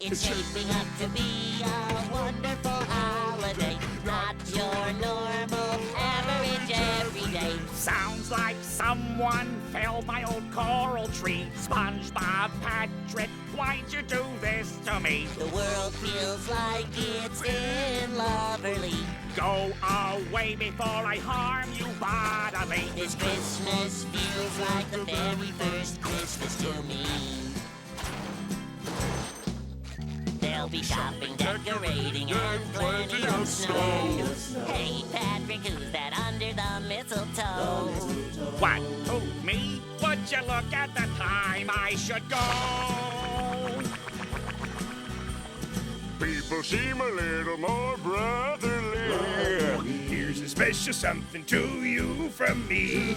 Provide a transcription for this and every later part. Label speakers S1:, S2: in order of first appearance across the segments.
S1: It's shaping up to be a wonderful holiday. Not your normal average everyday.
S2: Sounds like someone felled my old coral tree. SpongeBob, Patrick, why'd you do this to me?
S1: The world feels like it's in loverly.
S2: Go away before I harm you bodily.
S1: This Christmas feels like the very first Christmas to me. They'll be shopping, decorating, and plenty of snow. Hey, Patrick, who's that under the mistletoe?
S2: What? Who? Me? Would you look at the time I should go?
S3: People seem a little more brotherly. Here's a special something to you from me.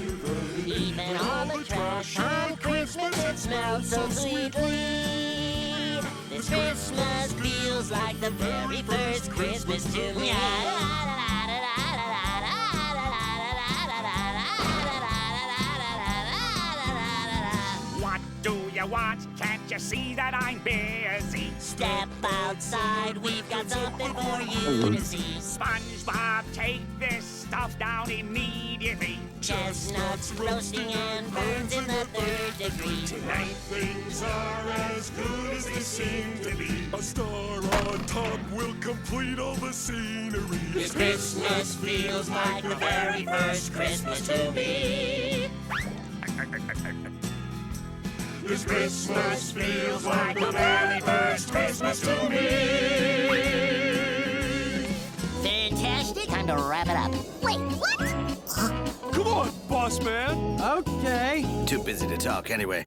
S1: Even all the trash on Christmas, it smells so sweetly. This Christmas feels like the very first Christmas to me.
S2: What do you want? Can't you see that I'm busy?
S1: Step outside, we've got something for you to see.
S2: SpongeBob, take this stuff down immediately.
S1: Chestnuts roasting and burns in the third degree.
S3: Tonight things are as good as they seem to be. A star on top will complete all the scenery.
S1: This Christmas feels like the very first Christmas to me.
S3: This Christmas feels like the very first Christmas to me.
S1: Fantastic, time to wrap it up.
S4: Wait, what?
S3: Come on, boss man.
S5: Okay.
S6: Too busy to talk anyway.